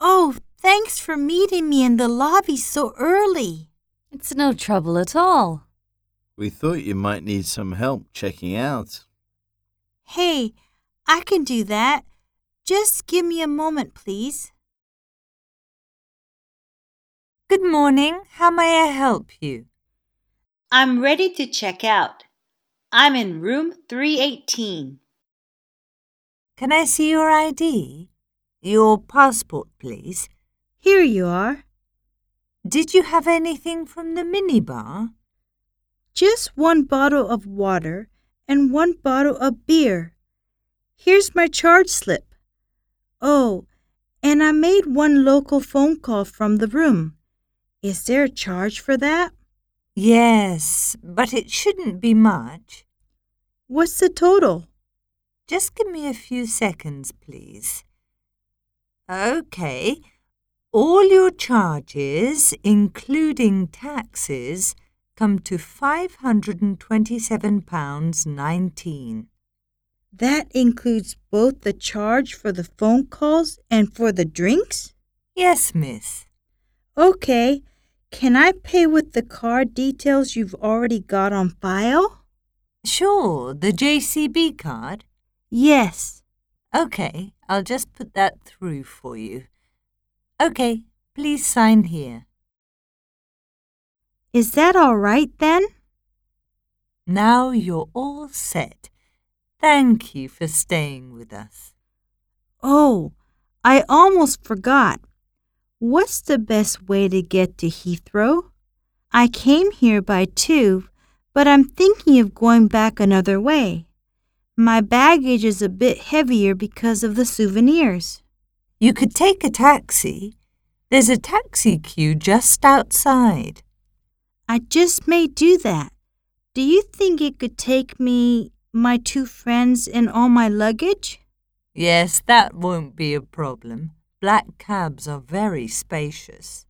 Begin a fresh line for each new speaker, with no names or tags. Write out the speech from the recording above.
Oh, Thanks for meeting me in the lobby so early.
It's no trouble at all.
We thought you might need some help checking out.
Hey, I can do that. Just give me a moment, please.
Good morning. How may I help you?
I'm ready to check out. I'm in room 318.
Can I see your ID? Your passport, please.
Here you are.
Did you have anything from the minibar?
Just one bottle of water and one bottle of beer. Here's my charge slip. Oh, and I made one local phone call from the room. Is there a charge for that?
Yes, but it shouldn't be much.
What's the total?
Just give me a few seconds, please. Okay. All your charges, including taxes, come to £527.19.
That includes both the charge for the phone calls and for the drinks?
Yes, miss.
Okay. Can I pay with the card details you've already got on file?
Sure, the JCB card.
Yes.
Okay, I'll just put that through for you. Okay, please sign here.
Is that all right then?
Now you're all set. Thank you for staying with us.
Oh, I almost forgot. What's the best way to get to Heathrow? I came here by tube, but I'm thinking of going back another way. My baggage is a bit heavier because of the souvenirs.
You could take a taxi. There's a taxi queue just outside.
I just may do that. Do you think it could take me, my two friends, and all my luggage?
Yes, that won't be a problem. Black cabs are very spacious.